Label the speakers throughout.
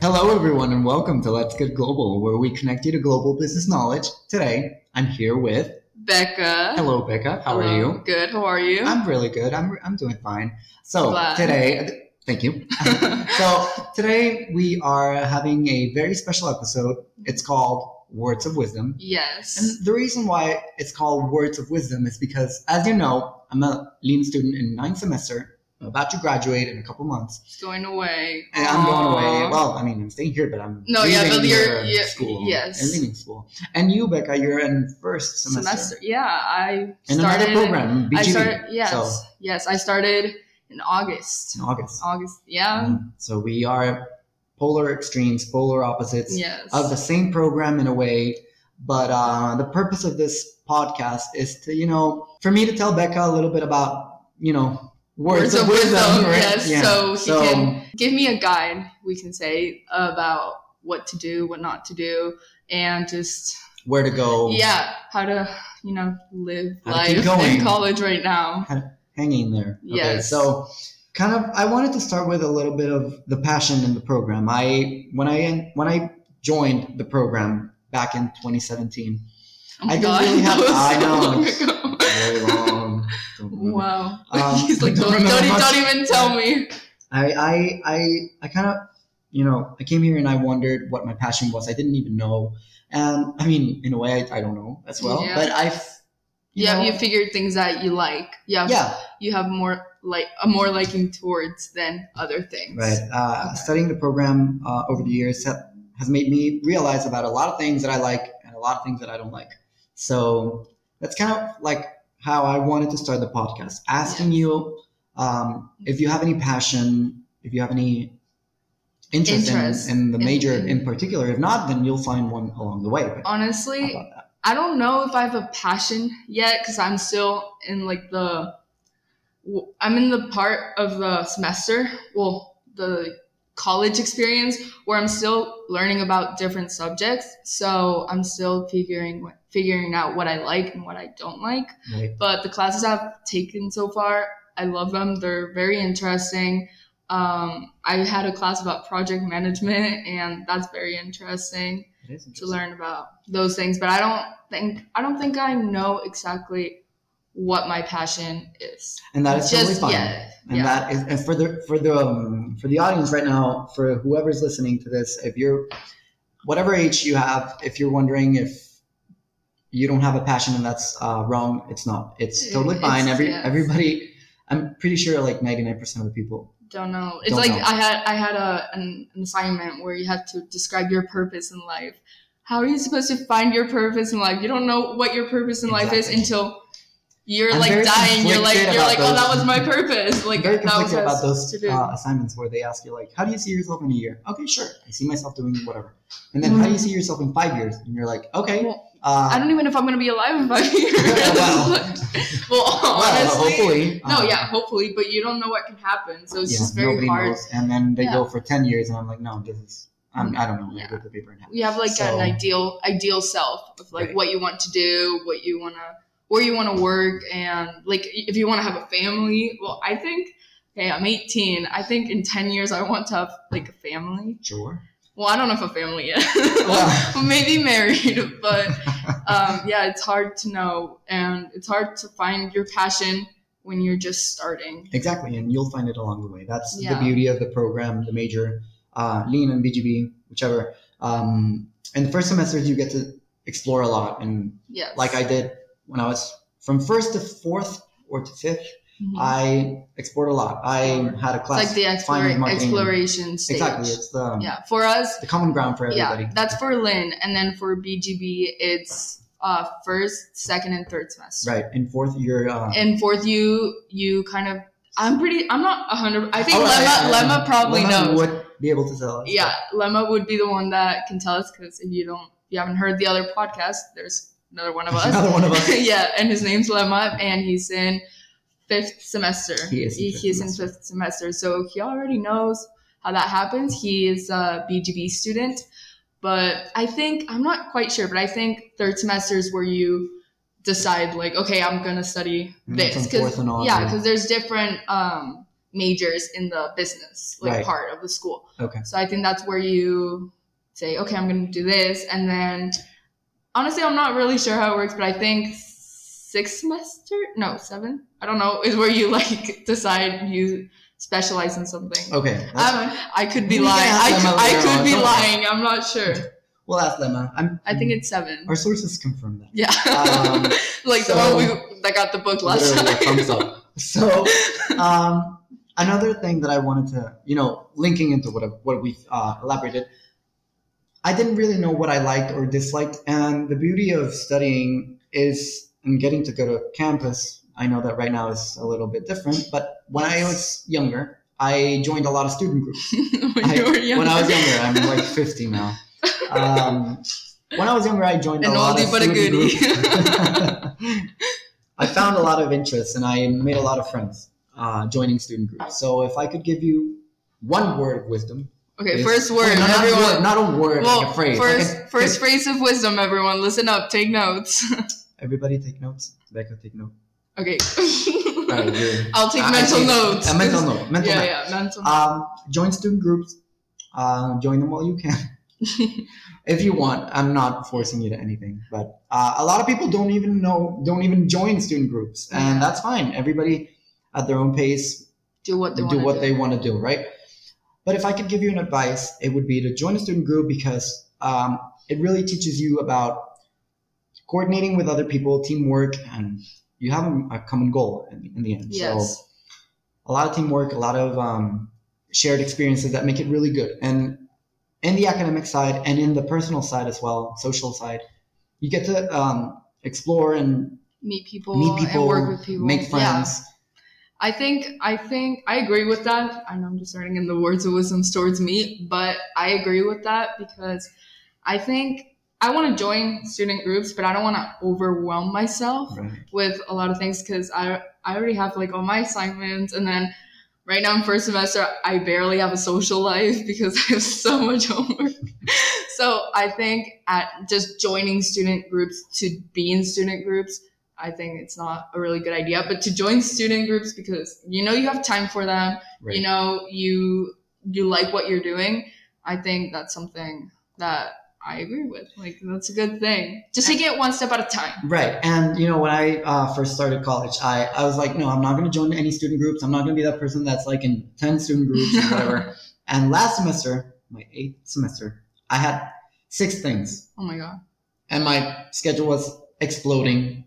Speaker 1: Hello, everyone, and welcome to Let's Get Global, where we connect you to global business knowledge. Today, I'm here with
Speaker 2: Becca.
Speaker 1: Hello, Becca. How are
Speaker 2: Hello.
Speaker 1: you?
Speaker 2: Good. How are you?
Speaker 1: I'm really good. I'm I'm doing fine. So
Speaker 2: Glad.
Speaker 1: today, thank you. so today we are having a very special episode. It's called Words of Wisdom.
Speaker 2: yes.
Speaker 1: And the reason why it's called Words of Wisdom is because, as you know, I'm a lean student in ninth semester. I'm about to graduate in a couple months.
Speaker 2: She's going away.
Speaker 1: And I'm going away.
Speaker 2: Aw.
Speaker 1: Well, I mean, I'm staying here, but I'm
Speaker 2: No,
Speaker 1: leaving
Speaker 2: yeah, but you're-
Speaker 1: your
Speaker 2: yeah,
Speaker 1: school.
Speaker 2: yes.
Speaker 1: and leaving school. And you, Becca, you're in first semester,
Speaker 2: Yeah, I
Speaker 1: in
Speaker 2: started.
Speaker 1: another program, BGV,
Speaker 2: I started. Yes.
Speaker 1: so-
Speaker 2: Yes, I started in August.
Speaker 1: in August.
Speaker 2: August. Yeah.
Speaker 1: Um, so we are polar extremes, polar opposites
Speaker 2: yes.
Speaker 1: of the same program in a way. But uh, the purpose of this podcast is to, you know, for me to tell Becca a little bit about, you know, words,
Speaker 2: Words of wisdom,
Speaker 1: right?
Speaker 2: yes,
Speaker 1: Yeah.
Speaker 2: so he can- Give me a guide. We can say about what to do, what not to do, and just
Speaker 1: where to go,
Speaker 2: yeah, how to you know live
Speaker 1: How to keep
Speaker 2: life
Speaker 1: going.
Speaker 2: in college right now.
Speaker 1: hanging there. Okay,
Speaker 2: Yes.
Speaker 1: so kind of, I wanted to start with a little bit of the passion in the program. I when I when I joined the program back in 2017,
Speaker 2: Oh my
Speaker 1: I don't
Speaker 2: God,
Speaker 1: really have-
Speaker 2: that was
Speaker 1: I
Speaker 2: so
Speaker 1: know.
Speaker 2: long ago.
Speaker 1: very long. don't remember.
Speaker 2: Wow.
Speaker 1: Um,
Speaker 2: He's like,
Speaker 1: I don't
Speaker 2: don't, don't,
Speaker 1: remember
Speaker 2: e-
Speaker 1: much."
Speaker 2: don't even tell me.
Speaker 1: I I I, I kind of you know I came here and I wondered what my passion was. I didn't even know, and I mean in a way I, I don't know as well.
Speaker 2: Yeah.
Speaker 1: But I've you
Speaker 2: yeah,
Speaker 1: know,
Speaker 2: you figured things that you like. Yeah,
Speaker 1: yeah
Speaker 2: you have more like a more liking towards than other things.
Speaker 1: right. Uh, Studying the program uh, over the years ha- has made me realize about a lot of things that I like and a lot of things that I don't like. So that's kind of like how I wanted to start the podcast, asking you um, if you have any passion, if you have any interest,
Speaker 2: Interest
Speaker 1: in, in the
Speaker 2: in-
Speaker 1: major in,
Speaker 2: in-
Speaker 1: particular. If not, then you'll find one along the way. But how
Speaker 2: Honestly,
Speaker 1: about that?
Speaker 2: I don't know if I have a passion yet because I'm still in like the w- I'm in the part of the semester, well, the college experience where I'm still learning about different subjects. So I'm still figuring what- figuring out what I like and what I don't like.
Speaker 1: Right.
Speaker 2: but the classes I've taken so far, I love them. They're very interesting. Um, I had a class about project management, and that's very interesting
Speaker 1: It is
Speaker 2: to
Speaker 1: interesting.
Speaker 2: learn about those things. But I don't think I don't think I know exactly what my passion is.
Speaker 1: And that is totally
Speaker 2: Just
Speaker 1: fine.
Speaker 2: yet.
Speaker 1: And
Speaker 2: yeah.
Speaker 1: that is, and for the for the um, for the audience right now, for whoever's listening to this, if you're whatever age you have, if you're wondering if you don't have a passion and that's uh, wrong, it's not. It's totally
Speaker 2: It's-
Speaker 1: fine. Every
Speaker 2: yes.
Speaker 1: everybody, I'm pretty sure like 99 percent of the people.
Speaker 2: don't know. It's
Speaker 1: Don't
Speaker 2: like
Speaker 1: know.
Speaker 2: I had I had a an, an assignment where you had to describe your purpose in life. How are you supposed to find your purpose in life? You don't know what your purpose in life is
Speaker 1: Exactly.
Speaker 2: until you're
Speaker 1: I'm very
Speaker 2: like dying. You're like
Speaker 1: conflicted
Speaker 2: you're like,
Speaker 1: about
Speaker 2: oh, that
Speaker 1: those-
Speaker 2: was my purpose. Like
Speaker 1: Like, very
Speaker 2: that was
Speaker 1: conflicted
Speaker 2: what I
Speaker 1: about
Speaker 2: was
Speaker 1: those
Speaker 2: supposed to do.
Speaker 1: uh, assignments where they ask you like, "How do you see yourself in a year?" Okay, sure, I see myself doing whatever. And then, how do you see yourself in five years? And you're like, "Okay."
Speaker 2: Mm-hmm. Well,
Speaker 1: Uh,
Speaker 2: I don't even know if I'm gonna be alive in five years.
Speaker 1: Well.
Speaker 2: well,
Speaker 1: well,
Speaker 2: honestly,
Speaker 1: hopefully.
Speaker 2: no,
Speaker 1: uh,
Speaker 2: yeah, hopefully, but you don't know what can happen, so it's
Speaker 1: yeah,
Speaker 2: just very
Speaker 1: nobody
Speaker 2: hard.
Speaker 1: knows. And then they
Speaker 2: Yeah.
Speaker 1: go for ten years, and I'm like, no, this is I'm, I don't know.
Speaker 2: Yeah.
Speaker 1: I put the paper in half.
Speaker 2: you have like
Speaker 1: So-
Speaker 2: an ideal ideal self of like
Speaker 1: Right.
Speaker 2: what you want to do what you want to where you want to work and like if you want to have a family well i think okay i'm 18 i think in 10 years i want to have like a family
Speaker 1: Sure.
Speaker 2: well i don't know if a family yet
Speaker 1: Well-
Speaker 2: maybe married but um, yeah it's hard to know and it's hard to find your passion when you're just starting
Speaker 1: Exactly, and you'll find it along the way. That's
Speaker 2: Yeah.
Speaker 1: the beauty of the program, the major, uh, lean and BGB, whichever. Um, and the first semester, you get to explore a lot, and
Speaker 2: yes
Speaker 1: like I did when I was from first to fourth or to 5th
Speaker 2: Mhm.
Speaker 1: I explored a lot. I had a
Speaker 2: it's like
Speaker 1: class.
Speaker 2: the
Speaker 1: finance,
Speaker 2: explora-
Speaker 1: marketing.
Speaker 2: exploration stage
Speaker 1: Exactly, it's the
Speaker 2: yeah for us
Speaker 1: the common ground for everybody.
Speaker 2: Yeah, that's for Lynn, and then for BGB, it's uh, first, second, and third semester.
Speaker 1: Right, and fourth, you're uh,
Speaker 2: And fourth, you you kind of. I'm pretty. I'm not a hundred. I think
Speaker 1: Oh,
Speaker 2: Lemma
Speaker 1: I- I-
Speaker 2: Lemma probably
Speaker 1: Lemma
Speaker 2: knows.
Speaker 1: Would be able to tell us.
Speaker 2: yeah, Lemma would be the one that can tell us because if you don't, if you haven't heard the other podcast, there's another one of us.
Speaker 1: Another one of us.
Speaker 2: yeah, and his name's Lemma, and he's in fifth semester.
Speaker 1: He is in fifth
Speaker 2: he's in fifth semester, so he already knows how that happens. He is a BGB student, but I think I'm not quite sure, but I think third semester is where you decide like, okay, I'm gonna study
Speaker 1: And
Speaker 2: this
Speaker 1: from Mm-hmm. fourth and on,
Speaker 2: yeah,
Speaker 1: yeah.
Speaker 2: because there's different um, majors in the business like
Speaker 1: Right.
Speaker 2: part of the school.
Speaker 1: Okay.
Speaker 2: So I think that's where you say, okay, I'm going to do this, and then honestly, I'm not really sure how it works, but I think six semester, no, seven, I don't know, is where you like decide you specialize in something.
Speaker 1: Okay. Oh, that's-
Speaker 2: Um, I could be
Speaker 1: We can
Speaker 2: lying.
Speaker 1: ask
Speaker 2: I
Speaker 1: them
Speaker 2: could,
Speaker 1: a
Speaker 2: I
Speaker 1: little
Speaker 2: could be
Speaker 1: later.
Speaker 2: lying. I'm not sure.
Speaker 1: we'll ask Lemma. I'm,
Speaker 2: I think it's seven.
Speaker 1: our sources confirm that.
Speaker 2: Yeah.
Speaker 1: Um,
Speaker 2: like
Speaker 1: so-
Speaker 2: the one we, that got the book last
Speaker 1: Literally a
Speaker 2: time.
Speaker 1: thumbs up. So, um, another thing that I wanted to, you know, linking into what what we've uh, elaborated, I didn't really know what I liked or disliked, and the beauty of studying is and getting to go to campus. I know that right now is a little bit different, but when I was younger, I joined a lot of student groups.
Speaker 2: when
Speaker 1: I-
Speaker 2: you were young.
Speaker 1: When I was younger, I'm like 50 now. Um, when I was younger, I joined
Speaker 2: An
Speaker 1: a lot
Speaker 2: oldie
Speaker 1: of
Speaker 2: but a
Speaker 1: student
Speaker 2: goodie.
Speaker 1: groups. I found a lot of interests and I made a lot of friends uh, joining student groups. So if I could give you one word of wisdom,
Speaker 2: okay,
Speaker 1: it's-
Speaker 2: first word,
Speaker 1: Wait, no, not, a
Speaker 2: everyone.
Speaker 1: word not a word,
Speaker 2: well,
Speaker 1: like a phrase. like
Speaker 2: first
Speaker 1: a-
Speaker 2: first phrase of wisdom, everyone. Listen up. Take notes.
Speaker 1: Everybody take notes. Becca, take notes.
Speaker 2: okay.
Speaker 1: Alright, you're-
Speaker 2: I'll take
Speaker 1: I- I
Speaker 2: mental
Speaker 1: take-
Speaker 2: notes.
Speaker 1: A mental note. Mental
Speaker 2: yeah,
Speaker 1: note.
Speaker 2: yeah, mental.
Speaker 1: Um, join student groups. Uh, join them while you can. if you want i'm not forcing you to anything but uh, a lot of people don't even know don't even join student groups and
Speaker 2: Yeah.
Speaker 1: that's fine everybody at their own pace
Speaker 2: do what they
Speaker 1: do
Speaker 2: wanna
Speaker 1: what they want to do right but if i could give you an advice it would be to join a student group because um, it really teaches you about coordinating with other people teamwork and you have a- a common goal in, in the end so
Speaker 2: Yes.
Speaker 1: a lot of teamwork, a lot of um, shared experiences that make it really good. And in the academic side and in the personal side as well, social side, you get to um, explore and
Speaker 2: meet people,
Speaker 1: meet
Speaker 2: and
Speaker 1: people,
Speaker 2: work with people.
Speaker 1: make
Speaker 2: Yeah.
Speaker 1: friends.
Speaker 2: I think I think I agree with that. I know I'm just running in the words of wisdom towards me, but I agree with that because I think I want to join student groups, but I don't want to overwhelm myself
Speaker 1: Right.
Speaker 2: with a lot of things because I I already have like all my assignments and then right now in first semester I barely have a social life because I have so much homework. so I think at just joining student groups to be in student groups, I think it's not a really good idea. But to join student groups because you know you have time for them,
Speaker 1: Right.
Speaker 2: you know you you like what you're doing. I think that's something that I agree with. Like that's a good thing. Just take it one step at a time.
Speaker 1: Right. And, you know, when I uh, first started college, I, I was like, no, I'm not going to join any student groups. I'm not going to be that person that's like in 10 student groups or whatever. and last semester, my eighth semester, I had six things
Speaker 2: Oh my god.
Speaker 1: and my schedule was exploding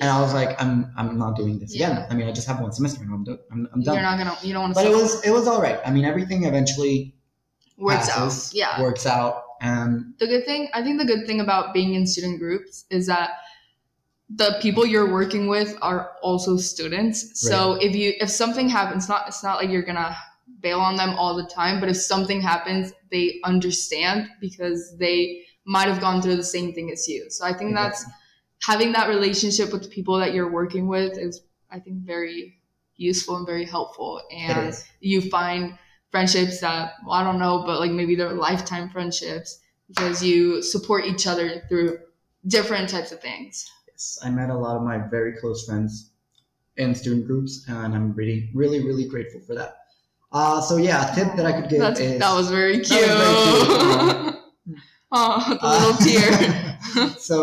Speaker 1: And I was like, I'm I'm not doing this
Speaker 2: Yeah.
Speaker 1: again. I mean, I just have one semester and I'm do- I'm, I'm
Speaker 2: You're
Speaker 1: done.
Speaker 2: not gonna. You don't want to.
Speaker 1: But it was it was all right. I mean, everything eventually
Speaker 2: works
Speaker 1: passes,
Speaker 2: out. Yeah.
Speaker 1: works out. And
Speaker 2: The good thing, I think, the good thing about being in student groups is that the people you're working with are also students. So if you if something happens, not it's not like you're gonna bail on them all the time. But if something happens, they understand because they might have gone through the same thing as you. So I think that's having that relationship with the people that you're working with is, I think, very useful and very helpful.
Speaker 1: it
Speaker 2: And
Speaker 1: is.
Speaker 2: you find friendships that well, I don't know, but like maybe they're lifetime friendships because you support each other through different types of things.
Speaker 1: Yes, I met a lot of my very close friends in student groups, and I'm really really really grateful for that. Uh, so yeah, a tip that I could give
Speaker 2: That's,
Speaker 1: is
Speaker 2: that was very cute.
Speaker 1: very cute.
Speaker 2: Oh, the
Speaker 1: Uh,
Speaker 2: little tear.
Speaker 1: so,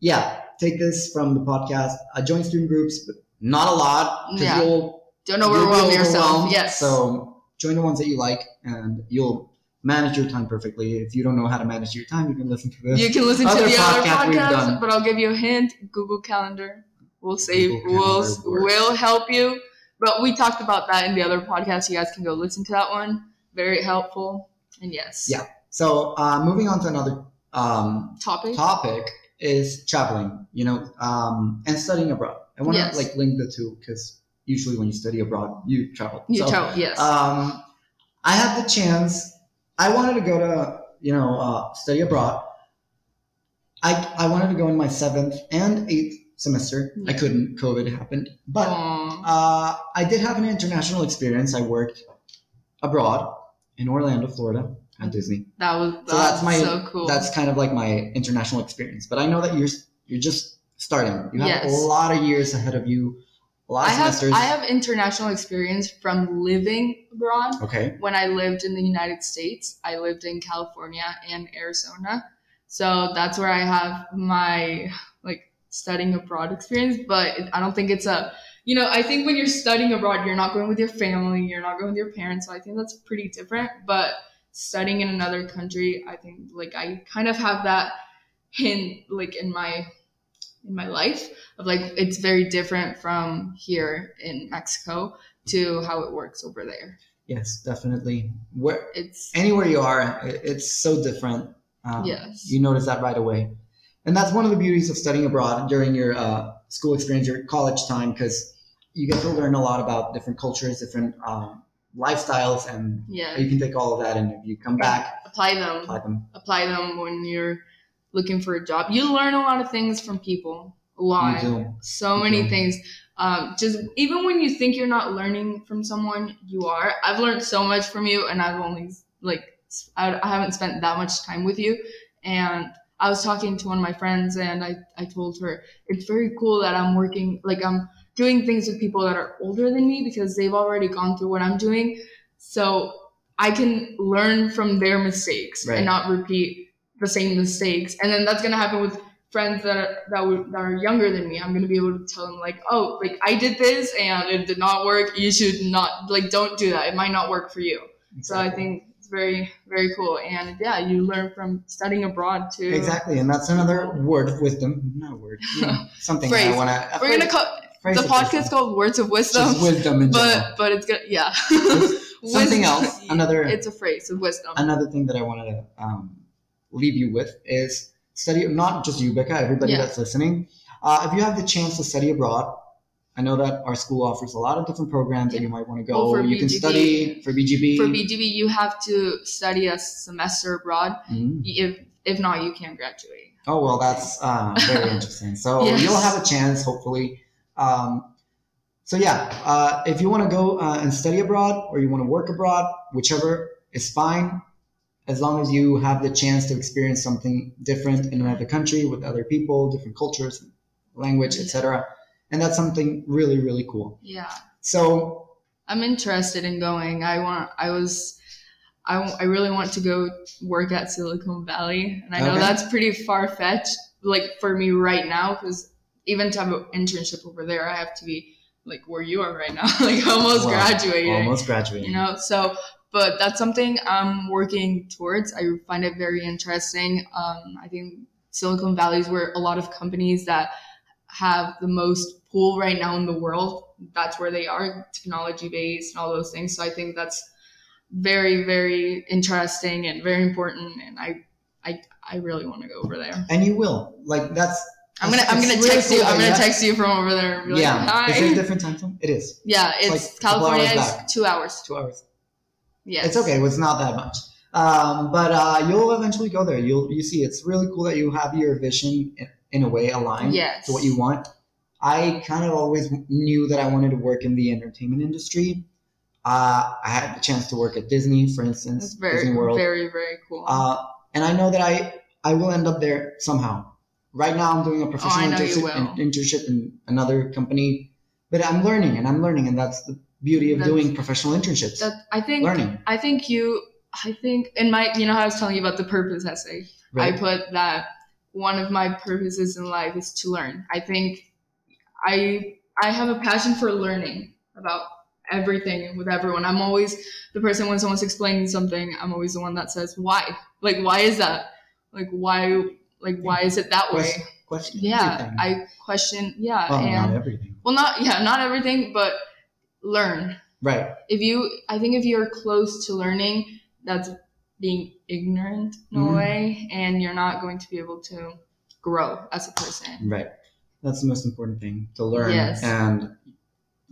Speaker 1: yeah, take this from the podcast. Uh, join student groups, but not a lot because
Speaker 2: Yeah.
Speaker 1: you'll
Speaker 2: Don't
Speaker 1: You'll be
Speaker 2: overwhelm yourself.
Speaker 1: overwhelmed,
Speaker 2: Yes.
Speaker 1: So join the ones that you like, and you'll manage your time perfectly. If you don't know how to manage your time, you can listen to this.
Speaker 2: you can listen
Speaker 1: Other
Speaker 2: to the other
Speaker 1: podcast we've done.
Speaker 2: podcast, but I'll give you a hint: Google Calendar will save,
Speaker 1: Google
Speaker 2: will
Speaker 1: Calendar works.
Speaker 2: will help you. But we talked about that in the other podcast. You guys can go listen to that one. Very helpful. And yes,
Speaker 1: Yeah. So uh, moving on to another um,
Speaker 2: topic.
Speaker 1: topic is traveling. You know, um, and studying abroad. I want to
Speaker 2: Yes.
Speaker 1: like link the two because usually when you study abroad, you travel.
Speaker 2: You
Speaker 1: So,
Speaker 2: tell yes.
Speaker 1: Um, I had the chance. I wanted to go to you know uh, study abroad. I I wanted to go in my seventh and eighth semester. I
Speaker 2: Yeah.
Speaker 1: couldn't. COVID happened, but
Speaker 2: Aw.
Speaker 1: uh, I did have an international experience. I worked abroad in Orlando, Florida, at Disney.
Speaker 2: that was
Speaker 1: so that's
Speaker 2: that's
Speaker 1: my-
Speaker 2: so cool.
Speaker 1: That's kind of like my international experience. But I know that you're you're just starting. You have
Speaker 2: Yes.
Speaker 1: a lot of years ahead of you. a lot
Speaker 2: I
Speaker 1: of
Speaker 2: have
Speaker 1: semesters.
Speaker 2: I have international experience from living abroad.
Speaker 1: okay.
Speaker 2: When I lived in the United States, I lived in California and Arizona. So that's where I have my like studying abroad experience, but it- I don't think it's a you know, I think when you're studying abroad, you're not going with your family, you're not going with your parents, so I think that's pretty different, but studying in another country, I think like I kind of have that hint like in my in my life of like it's very different from here in Mexico to how it works over there.
Speaker 1: Yes, definitely. Where
Speaker 2: It's
Speaker 1: anywhere you are, it, it's so different. Um,
Speaker 2: yes.
Speaker 1: You notice that right away, and that's one of the beauties of studying abroad during your uh, school experience, your college time, because you get to learn a lot about different cultures, different um, lifestyles, and
Speaker 2: yeah.
Speaker 1: you can take all of that and if you come back,
Speaker 2: Apply them.
Speaker 1: apply them.
Speaker 2: apply them when you're looking for a job. You learn a lot of things from people. A lot.
Speaker 1: You do.
Speaker 2: So
Speaker 1: You
Speaker 2: many
Speaker 1: do.
Speaker 2: things. Um, just even when you think you're not learning from someone, you are. I've learned so much from you, and I've only like s- I, I haven't spent that much time with you. And I was talking to one of my friends, and I I told her it's very cool that I'm working like I'm doing things with people that are older than me because they've already gone through what I'm doing. So I can learn from their mistakes
Speaker 1: Right.
Speaker 2: and not repeat the same mistakes. And then that's gonna happen with friends that are, that, would, that are younger than me. I'm gonna be able to tell them like, oh, like I did this and it did not work. You should not like don't do that. It might not work for you. So I think it's very very cool. And yeah, you learn from studying abroad too.
Speaker 1: Exactly, and that's another word of wisdom. Not a word, you know, something that I
Speaker 2: Phrase.
Speaker 1: want to.
Speaker 2: We're gonna call the podcast called Words of Wisdom.
Speaker 1: Just wisdom in general.
Speaker 2: but but it's gonna yeah.
Speaker 1: Something
Speaker 2: Wisdom.
Speaker 1: else, another-
Speaker 2: It's a phrase of wisdom.
Speaker 1: Another thing that I wanted to um, leave you with is study. Not just you, Becca. Everybody
Speaker 2: Yeah.
Speaker 1: that's listening, uh, if you have the chance to study abroad, I know that our school offers a lot of different programs that
Speaker 2: Yeah.
Speaker 1: you might want to
Speaker 2: Well,
Speaker 1: go.
Speaker 2: for
Speaker 1: you can
Speaker 2: BGB
Speaker 1: study for BGB.
Speaker 2: For BGB, you have to study a semester abroad.
Speaker 1: Mm.
Speaker 2: If if not, you can't graduate.
Speaker 1: Oh well, that's uh, very interesting. So
Speaker 2: Yes.
Speaker 1: you'll have a chance, hopefully. Um, so yeah, uh, if you want to go uh, and study abroad or you want to work abroad, whichever is fine, as long as you have the chance to experience something different in another country with other people, different cultures, language,
Speaker 2: Yeah.
Speaker 1: etc. And that's something really, really cool.
Speaker 2: Yeah,
Speaker 1: So
Speaker 2: I'm interested in going. I want. I was. I, w- I really want to go work at Silicon Valley, and I know
Speaker 1: Okay.
Speaker 2: that's pretty far fetched, like for me right now, because even to have an internship over there, I have to be like where you are right now, like almost
Speaker 1: Wow.
Speaker 2: graduating.
Speaker 1: almost graduating.
Speaker 2: you know so but that's something i'm working towards i find it very interesting um, i think silicon valley is where a lot of companies that have the most pool right now in the world that's where they are technology based and all those things so i think that's very very interesting and very important and i i, I really want to go over there
Speaker 1: and you will. Like that's.
Speaker 2: i'm gonna i'm
Speaker 1: it's
Speaker 2: gonna
Speaker 1: really
Speaker 2: text
Speaker 1: cool
Speaker 2: you
Speaker 1: that
Speaker 2: i'm gonna
Speaker 1: have-
Speaker 2: text you from over there and be like,
Speaker 1: Yeah. Is it a
Speaker 2: Hi.
Speaker 1: different time zone? It is
Speaker 2: yeah
Speaker 1: It's
Speaker 2: it's,
Speaker 1: like a couple hours
Speaker 2: california
Speaker 1: back.
Speaker 2: is two hours
Speaker 1: two hours.
Speaker 2: yeah
Speaker 1: It's okay. It's not that much. Um, but uh, you'll eventually go there. You'll you see. It's really cool that you have your vision in, in a way aligned
Speaker 2: yes
Speaker 1: to what you want. I kind of always knew that I wanted to work in the entertainment industry. Uh, I had the chance to work at Disney, for instance,
Speaker 2: It's very,
Speaker 1: Disney World.
Speaker 2: very, very cool.
Speaker 1: uh, and I know that I I will end up there somehow. Right now, I'm doing a professional
Speaker 2: Oh, know you
Speaker 1: internship,
Speaker 2: will.
Speaker 1: in- internship in another company, but I'm learning and I'm learning, and that's the beauty of
Speaker 2: That's-
Speaker 1: doing professional internships.
Speaker 2: that I think.
Speaker 1: learning,
Speaker 2: I think you. I think in my. You know how I was telling you about the purpose essay.
Speaker 1: right?
Speaker 2: I put that one of my purposes in life is to learn. I think I I have a passion for learning about everything and with everyone. I'm always the person when someone's explaining something. I'm always the one that says why. Like why is that? Like why? Like why is it that way?
Speaker 1: Question, question
Speaker 2: Yeah,
Speaker 1: everything.
Speaker 2: I question. Yeah,
Speaker 1: Well,
Speaker 2: and
Speaker 1: not everything.
Speaker 2: well, not yeah, not everything, but learn.
Speaker 1: Right.
Speaker 2: if you i think if you're close to learning that's being ignorant in
Speaker 1: Mhm.
Speaker 2: a way and you're not going to be able to grow as a person
Speaker 1: Right. That's the most important thing to learn.
Speaker 2: Yes.
Speaker 1: And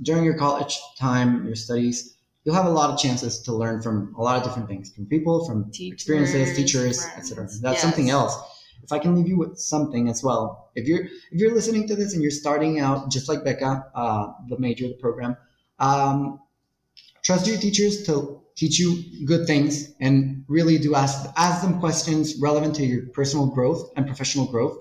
Speaker 1: during your college time, your studies, you'll have a lot of chances to learn from a lot of different things, from people, from experiences, teachers, etc.
Speaker 2: friends.
Speaker 1: That's something
Speaker 2: Yes.
Speaker 1: else. If I can leave you with something as well, if you're if you're listening to this and you're starting out just like Becca, uh, the major, the program, um, trust your teachers to teach you good things and really do ask ask them questions relevant to your personal growth and professional growth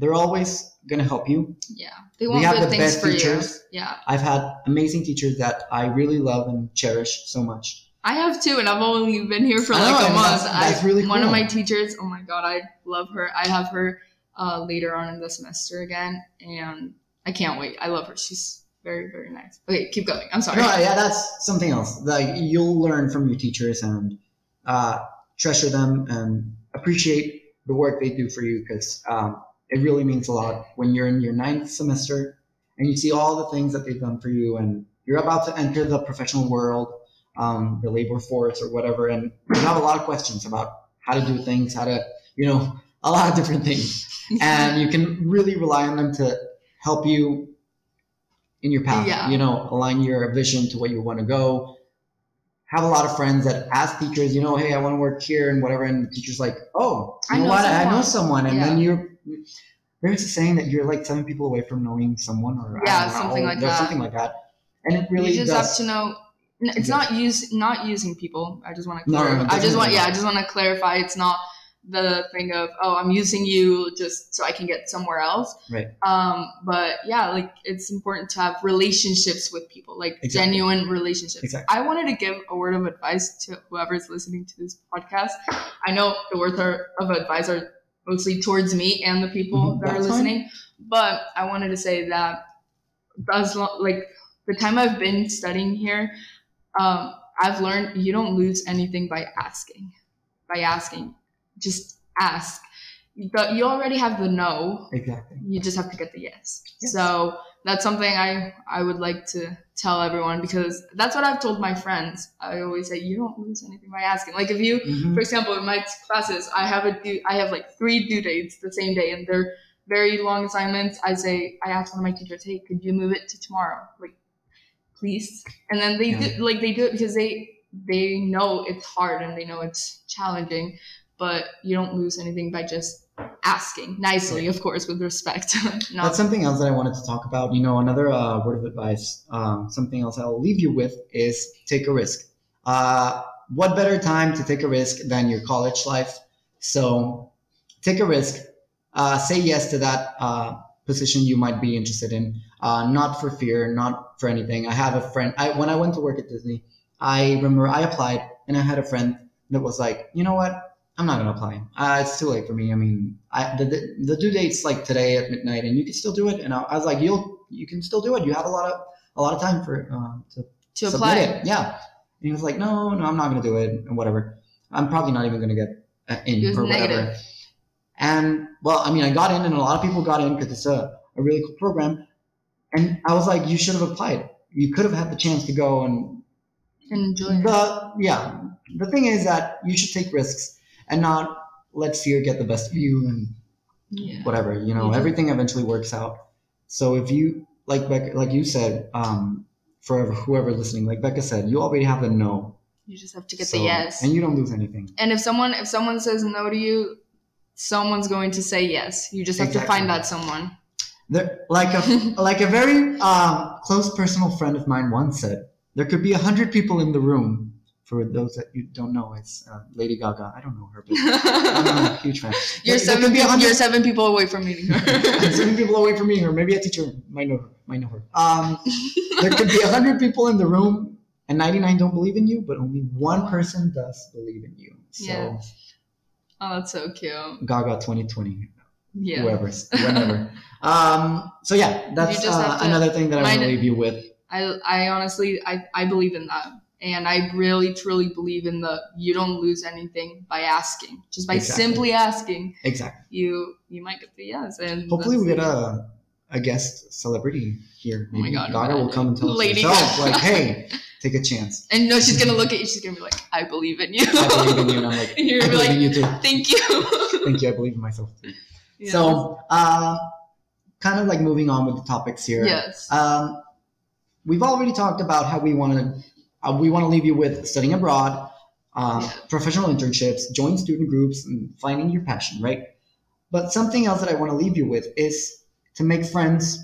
Speaker 1: They're always gonna help you.
Speaker 2: Yeah, they want
Speaker 1: have
Speaker 2: good
Speaker 1: the
Speaker 2: things
Speaker 1: best
Speaker 2: for
Speaker 1: teachers.
Speaker 2: you. Yeah,
Speaker 1: I've had amazing teachers that I really love and cherish so much.
Speaker 2: I have too, and I've only been here for
Speaker 1: I
Speaker 2: like
Speaker 1: know,
Speaker 2: a
Speaker 1: and
Speaker 2: month.
Speaker 1: that's- that's
Speaker 2: I,
Speaker 1: really
Speaker 2: One of
Speaker 1: cool.
Speaker 2: my teachers, oh my god, I love her. I have her uh, later on in the semester again, and I can't wait. I love her. She's very, very nice. Okay, keep going. I'm sorry.
Speaker 1: No, yeah, that's something else. Like you'll learn from your teachers and uh, treasure them and appreciate the work they do for you because um, it really means a lot when you're in your ninth semester and you see all the things that they've done for you and you're about to enter the professional world, um, the labor force or whatever, and you have a lot of questions about how to do things, how to, you know, a lot of different things, and you can really rely on them to help you in your path.
Speaker 2: Yeah.
Speaker 1: You know, align your vision to where you want to go. Have a lot of friends that ask teachers, you know, hey, I want to work here and whatever, and the teacher's like, oh, you
Speaker 2: I
Speaker 1: know
Speaker 2: know
Speaker 1: what? I know
Speaker 2: someone.
Speaker 1: someone, and
Speaker 2: Yeah.
Speaker 1: then you're. There's a saying that you're like seven people away from knowing someone, or I
Speaker 2: Yeah,
Speaker 1: don't know,
Speaker 2: something like
Speaker 1: there's
Speaker 2: that.
Speaker 1: Something like that, and it really
Speaker 2: you just
Speaker 1: does.
Speaker 2: have to know. n- It's not use not using people. I just want to.
Speaker 1: No, no,
Speaker 2: clarify. I just
Speaker 1: definitely
Speaker 2: want. Yeah,
Speaker 1: not.
Speaker 2: I just want to clarify. It's not the thing of oh, I'm using you just so I can get somewhere else.
Speaker 1: Right.
Speaker 2: Um. But yeah, like it's important to have relationships with people, like
Speaker 1: Exactly.
Speaker 2: genuine relationships.
Speaker 1: Exactly.
Speaker 2: I wanted to give a word of advice to whoever's listening to this podcast. I know the words are, of advice are mostly towards me and the people
Speaker 1: Mhm,
Speaker 2: that are
Speaker 1: that's fine.
Speaker 2: listening, but I wanted to say that as lo- like the time I've been studying here, um, I've learned you don't lose anything by asking. By asking, just ask. But you already have the no.
Speaker 1: exactly.
Speaker 2: You just have to get the yes.
Speaker 1: Yes.
Speaker 2: So that's something I I would like to tell everyone because that's what I've told my friends. I always say you don't lose anything by asking. Like if you,
Speaker 1: Mhm.
Speaker 2: for example, in my classes, I have a due, I have like three due dates the same day, and they're very long assignments. I say I ask one of my teachers, hey, could you move it to tomorrow? Like, please. And then they
Speaker 1: Yeah.
Speaker 2: do like they do it because they they know it's hard and they know it's challenging, but you don't lose anything by just asking nicely, of course, with respect. Not
Speaker 1: That's something else that I wanted to talk about. You know, another uh, word of advice, um, something else I'll leave you with is take a risk. Uh, what better time to take a risk than your college life? So take a risk. Uh, say yes to that uh, position you might be interested in, uh, not for fear, not for anything. I have a friend, I, when I went to work at Disney, I remember I applied and I had a friend that was like, you know what? I'm not gonna apply. Uh, it's too late for me. I mean, I, the, the the due date's like today at midnight, and you can still do it. And I, I was like, you'll you can still do it. You have a lot of a lot of time for um, to
Speaker 2: to
Speaker 1: submit
Speaker 2: apply.
Speaker 1: it. Yeah. And he was like, no, no, I'm not gonna do it, and whatever. I'm probably not even gonna get uh, in
Speaker 2: He was
Speaker 1: or whatever.
Speaker 2: negative.
Speaker 1: And well, I mean, I got in, and a lot of people got in because it's a, a really cool program. And I was like, you should have applied. You could have had the chance to go and
Speaker 2: Enjoy. it.
Speaker 1: the yeah the thing is that you should take risks and not let fear get the best of you and
Speaker 2: Yeah.
Speaker 1: whatever you know
Speaker 2: You do.
Speaker 1: everything eventually works out so if you like becca like you said um for whoever listening like becca said you already have the no
Speaker 2: You just have to get
Speaker 1: So-
Speaker 2: the yes.
Speaker 1: and you don't lose anything
Speaker 2: and if someone if someone says no to you someone's going to say yes you just have to
Speaker 1: Exactly.
Speaker 2: find that someone
Speaker 1: there, like a like a very um, close personal friend of mine once said there could be a hundred people in the room for those that you don't know it's uh, lady gaga i don't know her but i'm a huge fan
Speaker 2: you're
Speaker 1: Uh-huh. There- there could
Speaker 2: seven
Speaker 1: be a
Speaker 2: people,
Speaker 1: hundred-
Speaker 2: you're seven people away from meeting
Speaker 1: and
Speaker 2: her
Speaker 1: seven people away from meeting her. Maybe a teacher might know her. Might know her. Um, there could be a hundred people in the room, and ninety-nine don't believe in you, but only one person does believe in you. So
Speaker 2: Yeah. oh that's so cute
Speaker 1: Gaga twenty twenty,
Speaker 2: yeah
Speaker 1: whoever, whenever. um, so yeah, that's
Speaker 2: You just
Speaker 1: uh,
Speaker 2: have to-
Speaker 1: another thing that I want to
Speaker 2: Mine-
Speaker 1: leave you with.
Speaker 2: i i honestly i i believe in that and i really truly believe in the you don't lose anything by asking just by
Speaker 1: Exactly.
Speaker 2: simply asking
Speaker 1: Exactly.
Speaker 2: you you might get the yes and
Speaker 1: Hopefully, we
Speaker 2: that's
Speaker 1: get a a guest celebrity here.
Speaker 2: Oh my
Speaker 1: Maybe
Speaker 2: God,
Speaker 1: Gaga will
Speaker 2: imagine.
Speaker 1: come and tell us
Speaker 2: Lady
Speaker 1: herself,
Speaker 2: Gaga.
Speaker 1: like, "Hey, take a chance.
Speaker 2: it. and no she's gonna look at you she's gonna be like i believe in you
Speaker 1: I believe in you." And I'm like,
Speaker 2: and you're
Speaker 1: "I
Speaker 2: gonna be
Speaker 1: believe in
Speaker 2: like
Speaker 1: you too.
Speaker 2: thank you
Speaker 1: Thank you. I believe in myself."
Speaker 2: Yeah.
Speaker 1: So, uh, kind of like moving on with the topics here.
Speaker 2: Yes.
Speaker 1: Um, we've already talked about how we want to uh, we want to leave you with studying abroad, um,
Speaker 2: Yeah.
Speaker 1: professional internships, join student groups, and finding your passion, right? But something else that I want to leave you with is to make friends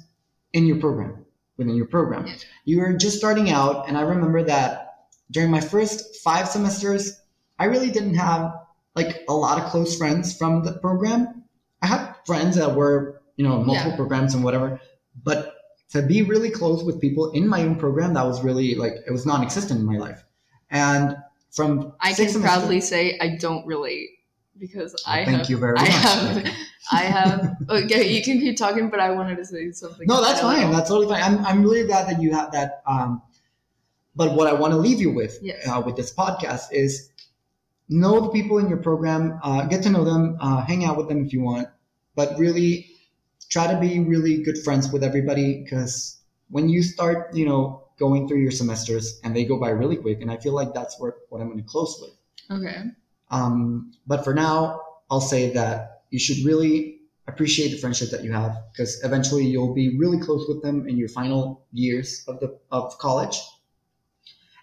Speaker 1: in your program, within your program.
Speaker 2: Yeah.
Speaker 1: You are just starting out, and I remember that during my first five semesters, I really didn't have like a lot of close friends from the program. I had friends that were you know, multiple programs and whatever. But to be really close with people in my own program, that was really like it was non-existent in my life. And from
Speaker 2: I
Speaker 1: six
Speaker 2: can
Speaker 1: semesters- Oh,
Speaker 2: proudly say I don't relate because I
Speaker 1: Thank
Speaker 2: have.
Speaker 1: you very
Speaker 2: I
Speaker 1: much.
Speaker 2: have- I have. Okay, you can keep talking, but I wanted to say something.
Speaker 1: No, that's
Speaker 2: I don't
Speaker 1: fine.
Speaker 2: know.
Speaker 1: That's totally fine. I'm, I'm really glad that you have that. Um, but what I want to leave you with
Speaker 2: Yes.
Speaker 1: uh, with this podcast is know the people in your program, uh, get to know them, uh, hang out with them if you want, but really try to be really good friends with everybody because when you start, you know, going through your semesters and they go by really quick, and I feel like that's where, what I'm going to close with.
Speaker 2: Okay.
Speaker 1: Um, but for now, I'll say that you should really appreciate the friendship that you have because eventually you'll be really close with them in your final years of the of college.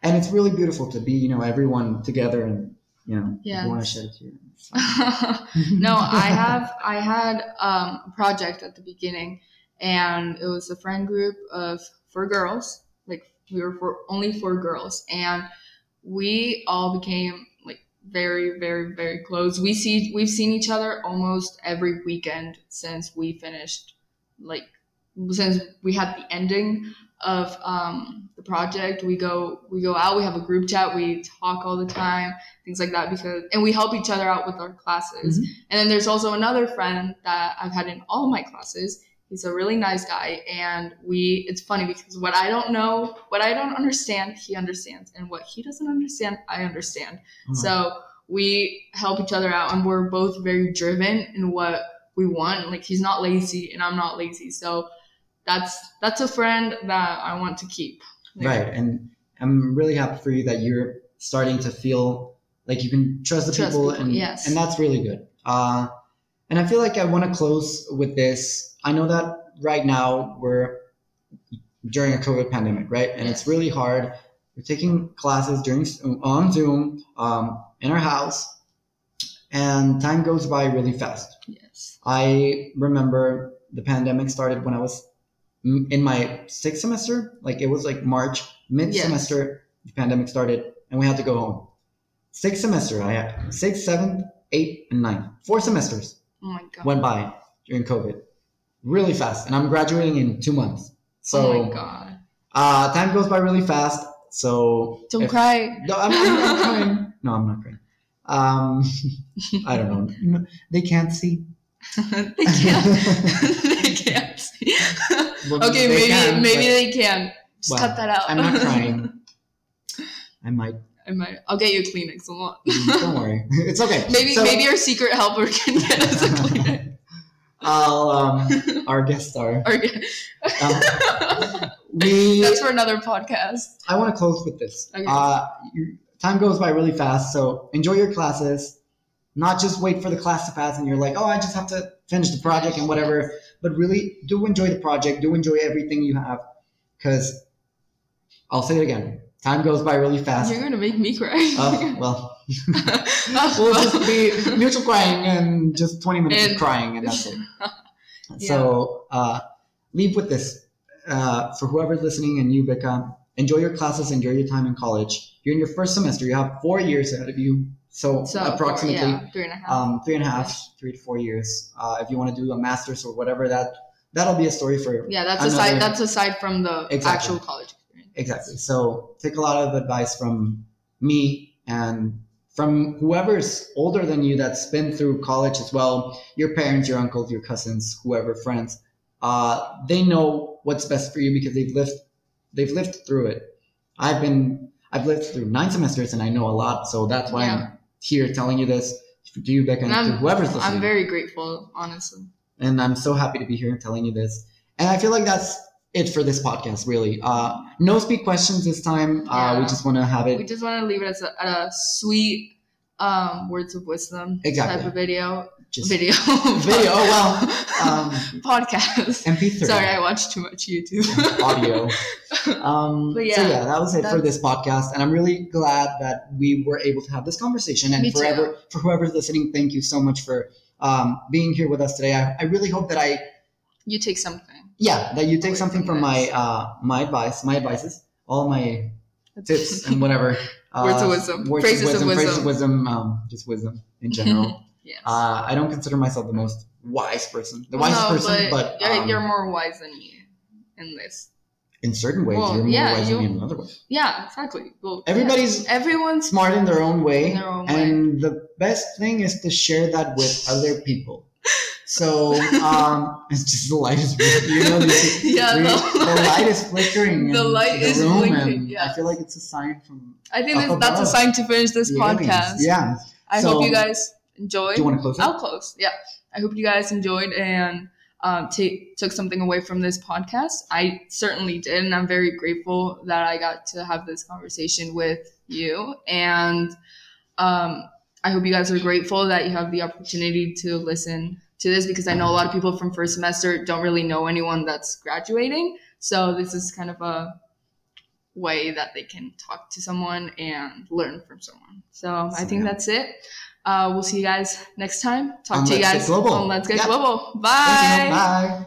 Speaker 1: And it's really beautiful to be, you know, everyone together and you know,
Speaker 2: Yeah,
Speaker 1: if you want to
Speaker 2: it's-
Speaker 1: shed a tear. it's fine.
Speaker 2: no, I have. I had um, a project at the beginning, and it was a friend group of four girls. Like we were four, only four girls, and we all became like very, very, very close. We see we've seen each other almost every weekend since we finished, like since we had the ending of um, the project. We go we go out. We have a group chat. We talk all the time, things like that. Because and we help each other out with our classes.
Speaker 1: Mhm.
Speaker 2: And then there's also another friend that I've had in all my classes. He's a really nice guy, and we. It's funny because what I don't know, what I don't understand, he understands, and what he doesn't understand, I understand.
Speaker 1: Oh my
Speaker 2: So we help each other out, and we're both very driven in what we want. Like he's not lazy, and I'm not lazy. So that's that's a friend that I want to keep. Like,
Speaker 1: Right. And I'm really happy for you that you're starting to feel like you can trust the
Speaker 2: Trust
Speaker 1: people,
Speaker 2: people,
Speaker 1: and
Speaker 2: yes.
Speaker 1: and that's really good. Uh, and I feel like I want to close with this. I know that right now we're during a COVID pandemic, right? And
Speaker 2: Yes.
Speaker 1: it's really hard. We're taking classes during on Zoom um, in our house, and time goes by really fast.
Speaker 2: Yes.
Speaker 1: I remember the pandemic started when I was m- in my sixth semester. Like it was like March, mid semester, the pandemic started, and we had to go home. Sixth semester, I had sixth, seventh, eighth, and ninth. Four semesters
Speaker 2: Oh my god.
Speaker 1: went by during COVID really fast, and I'm graduating in two months.
Speaker 2: oh
Speaker 1: So
Speaker 2: my god.
Speaker 1: uh, time goes by really fast. So
Speaker 2: Don't
Speaker 1: if-
Speaker 2: cry.
Speaker 1: No, I'm, I'm not crying. No, I'm not crying. Um, I don't know. No, they can't see.
Speaker 2: they can't. they can't. see.
Speaker 1: Well, they
Speaker 2: okay, maybe
Speaker 1: can,
Speaker 2: maybe
Speaker 1: but-
Speaker 2: they can. Just
Speaker 1: Well,
Speaker 2: cut that out.
Speaker 1: I'm not crying. I might.
Speaker 2: I might. I'll get you a Kleenex. I'm not.
Speaker 1: Don't worry. It's okay.
Speaker 2: Maybe
Speaker 1: Mm-hmm. So-
Speaker 2: maybe our secret helper can get us a Kleenex.
Speaker 1: I'll, um, our guest star.
Speaker 2: Or
Speaker 1: Um, we.
Speaker 2: That's for another podcast.
Speaker 1: I want to close with this.
Speaker 2: Okay.
Speaker 1: Uh, you, time goes by really fast, so enjoy your classes. Not just wait for the class to pass and you're like, oh, I just have to finish the project and whatever. But really, do enjoy the project. Do enjoy everything you have, because I'll say it again. Time goes by really fast.
Speaker 2: You're gonna make me cry.
Speaker 1: Oh, well.
Speaker 2: Oh,
Speaker 1: we'll
Speaker 2: well.
Speaker 1: just be mutual crying and just 20 minutes
Speaker 2: And-
Speaker 1: of crying and that's it. So uh, leave with this uh, for whoever's listening and you, Becca. Enjoy your classes. Enjoy your time in college. You're in your first semester. You have four years ahead of you, so,
Speaker 2: So,
Speaker 1: approximately
Speaker 2: yeah, three and a half.
Speaker 1: um, three and a half, three to four years. Uh, if you want to do a master's or whatever, that that'll be a story for
Speaker 2: yeah, that's
Speaker 1: another-
Speaker 2: aside. That's aside from the
Speaker 1: Exactly.
Speaker 2: actual college experience.
Speaker 1: Exactly. So take a lot of advice from me and from whoever's older than you that's been through college as well your parents, your uncles, your cousins, whoever, friends. Uh, they know what's best for you because they've lived they've lived through it. I've been I've lived through nine semesters and I know a lot, so that's why
Speaker 2: Yeah.
Speaker 1: I'm here telling you this to you, Becca, and,
Speaker 2: And
Speaker 1: to whoever's listening
Speaker 2: I'm very grateful, honestly.
Speaker 1: and I'm so happy to be here and telling you this. And I feel like that's it for this podcast, really. Uh, no speed questions this time. Uh, we
Speaker 2: Yeah.
Speaker 1: just want to have
Speaker 2: We
Speaker 1: it.
Speaker 2: just want to leave it as a, at a sweet um, words of wisdom
Speaker 1: Exactly.
Speaker 2: type of video.
Speaker 1: Just
Speaker 2: video.
Speaker 1: Video, oh, um,
Speaker 2: podcast.
Speaker 1: MP3
Speaker 2: Sorry, I watch too much YouTube.
Speaker 1: audio. Um,
Speaker 2: But
Speaker 1: so
Speaker 2: yeah,
Speaker 1: yeah, that was it for
Speaker 2: that's-
Speaker 1: this podcast, and I'm really glad that we were able to have this conversation. And
Speaker 2: Me too.
Speaker 1: forever for whoever's listening, thank you so much for um, being here with us today. I, I really hope that I
Speaker 2: you take something.
Speaker 1: yeah that you take
Speaker 2: Away
Speaker 1: something
Speaker 2: from
Speaker 1: from my
Speaker 2: this.
Speaker 1: uh, my advice, my advices, all my tips and whatever. Uh,
Speaker 2: Words of wisdom.
Speaker 1: words
Speaker 2: Phrases of
Speaker 1: Phrases of
Speaker 2: wisdom.
Speaker 1: wisdom. Um, just wisdom in general.
Speaker 2: Yes.
Speaker 1: uh, I don't consider myself the most wise person, the
Speaker 2: Well,
Speaker 1: wisest
Speaker 2: no,
Speaker 1: person, but,
Speaker 2: you're,
Speaker 1: um,
Speaker 2: you're more wise than me in this.
Speaker 1: in certain ways,
Speaker 2: Well,
Speaker 1: you're more
Speaker 2: yeah,
Speaker 1: wise than
Speaker 2: you-
Speaker 1: me in another way.
Speaker 2: Yeah, exactly. Well, yeah.
Speaker 1: Everybody's
Speaker 2: everyone's
Speaker 1: smart in their own way,
Speaker 2: In their own
Speaker 1: and the best thing is to share that with other people. So um, it's just the light is flickering. You know, you see-
Speaker 2: Yeah,
Speaker 1: we-
Speaker 2: the light-
Speaker 1: light is flickering.
Speaker 2: the
Speaker 1: in
Speaker 2: light
Speaker 1: the
Speaker 2: is
Speaker 1: room,
Speaker 2: blinking,
Speaker 1: and I
Speaker 2: yeah.
Speaker 1: feel like it's a sign from
Speaker 2: I think
Speaker 1: Up
Speaker 2: that that's a
Speaker 1: above.
Speaker 2: sign to finish this
Speaker 1: the aliens.
Speaker 2: podcast.
Speaker 1: Yeah.
Speaker 2: I
Speaker 1: So-
Speaker 2: hope you guys enjoyed.
Speaker 1: Do you want to close it?
Speaker 2: I'll close. Yeah. I hope you guys enjoyed and um, ta- took something away from this podcast. I certainly did, and I'm very grateful that I got to have this conversation with you. And um, I hope you guys are grateful that you have the opportunity to listen to this because I know a lot of people from first semester don't really know anyone that's graduating. So this is kind of a way that they can talk to someone and learn from someone. So I think
Speaker 1: Yeah.
Speaker 2: that's it. Uh, we'll see you guys next time. Talk
Speaker 1: On
Speaker 2: to you
Speaker 1: Let's Get
Speaker 2: guys
Speaker 1: Global.
Speaker 2: on Let's Get
Speaker 1: Yeah.
Speaker 2: Global.
Speaker 1: Thank you. Bye.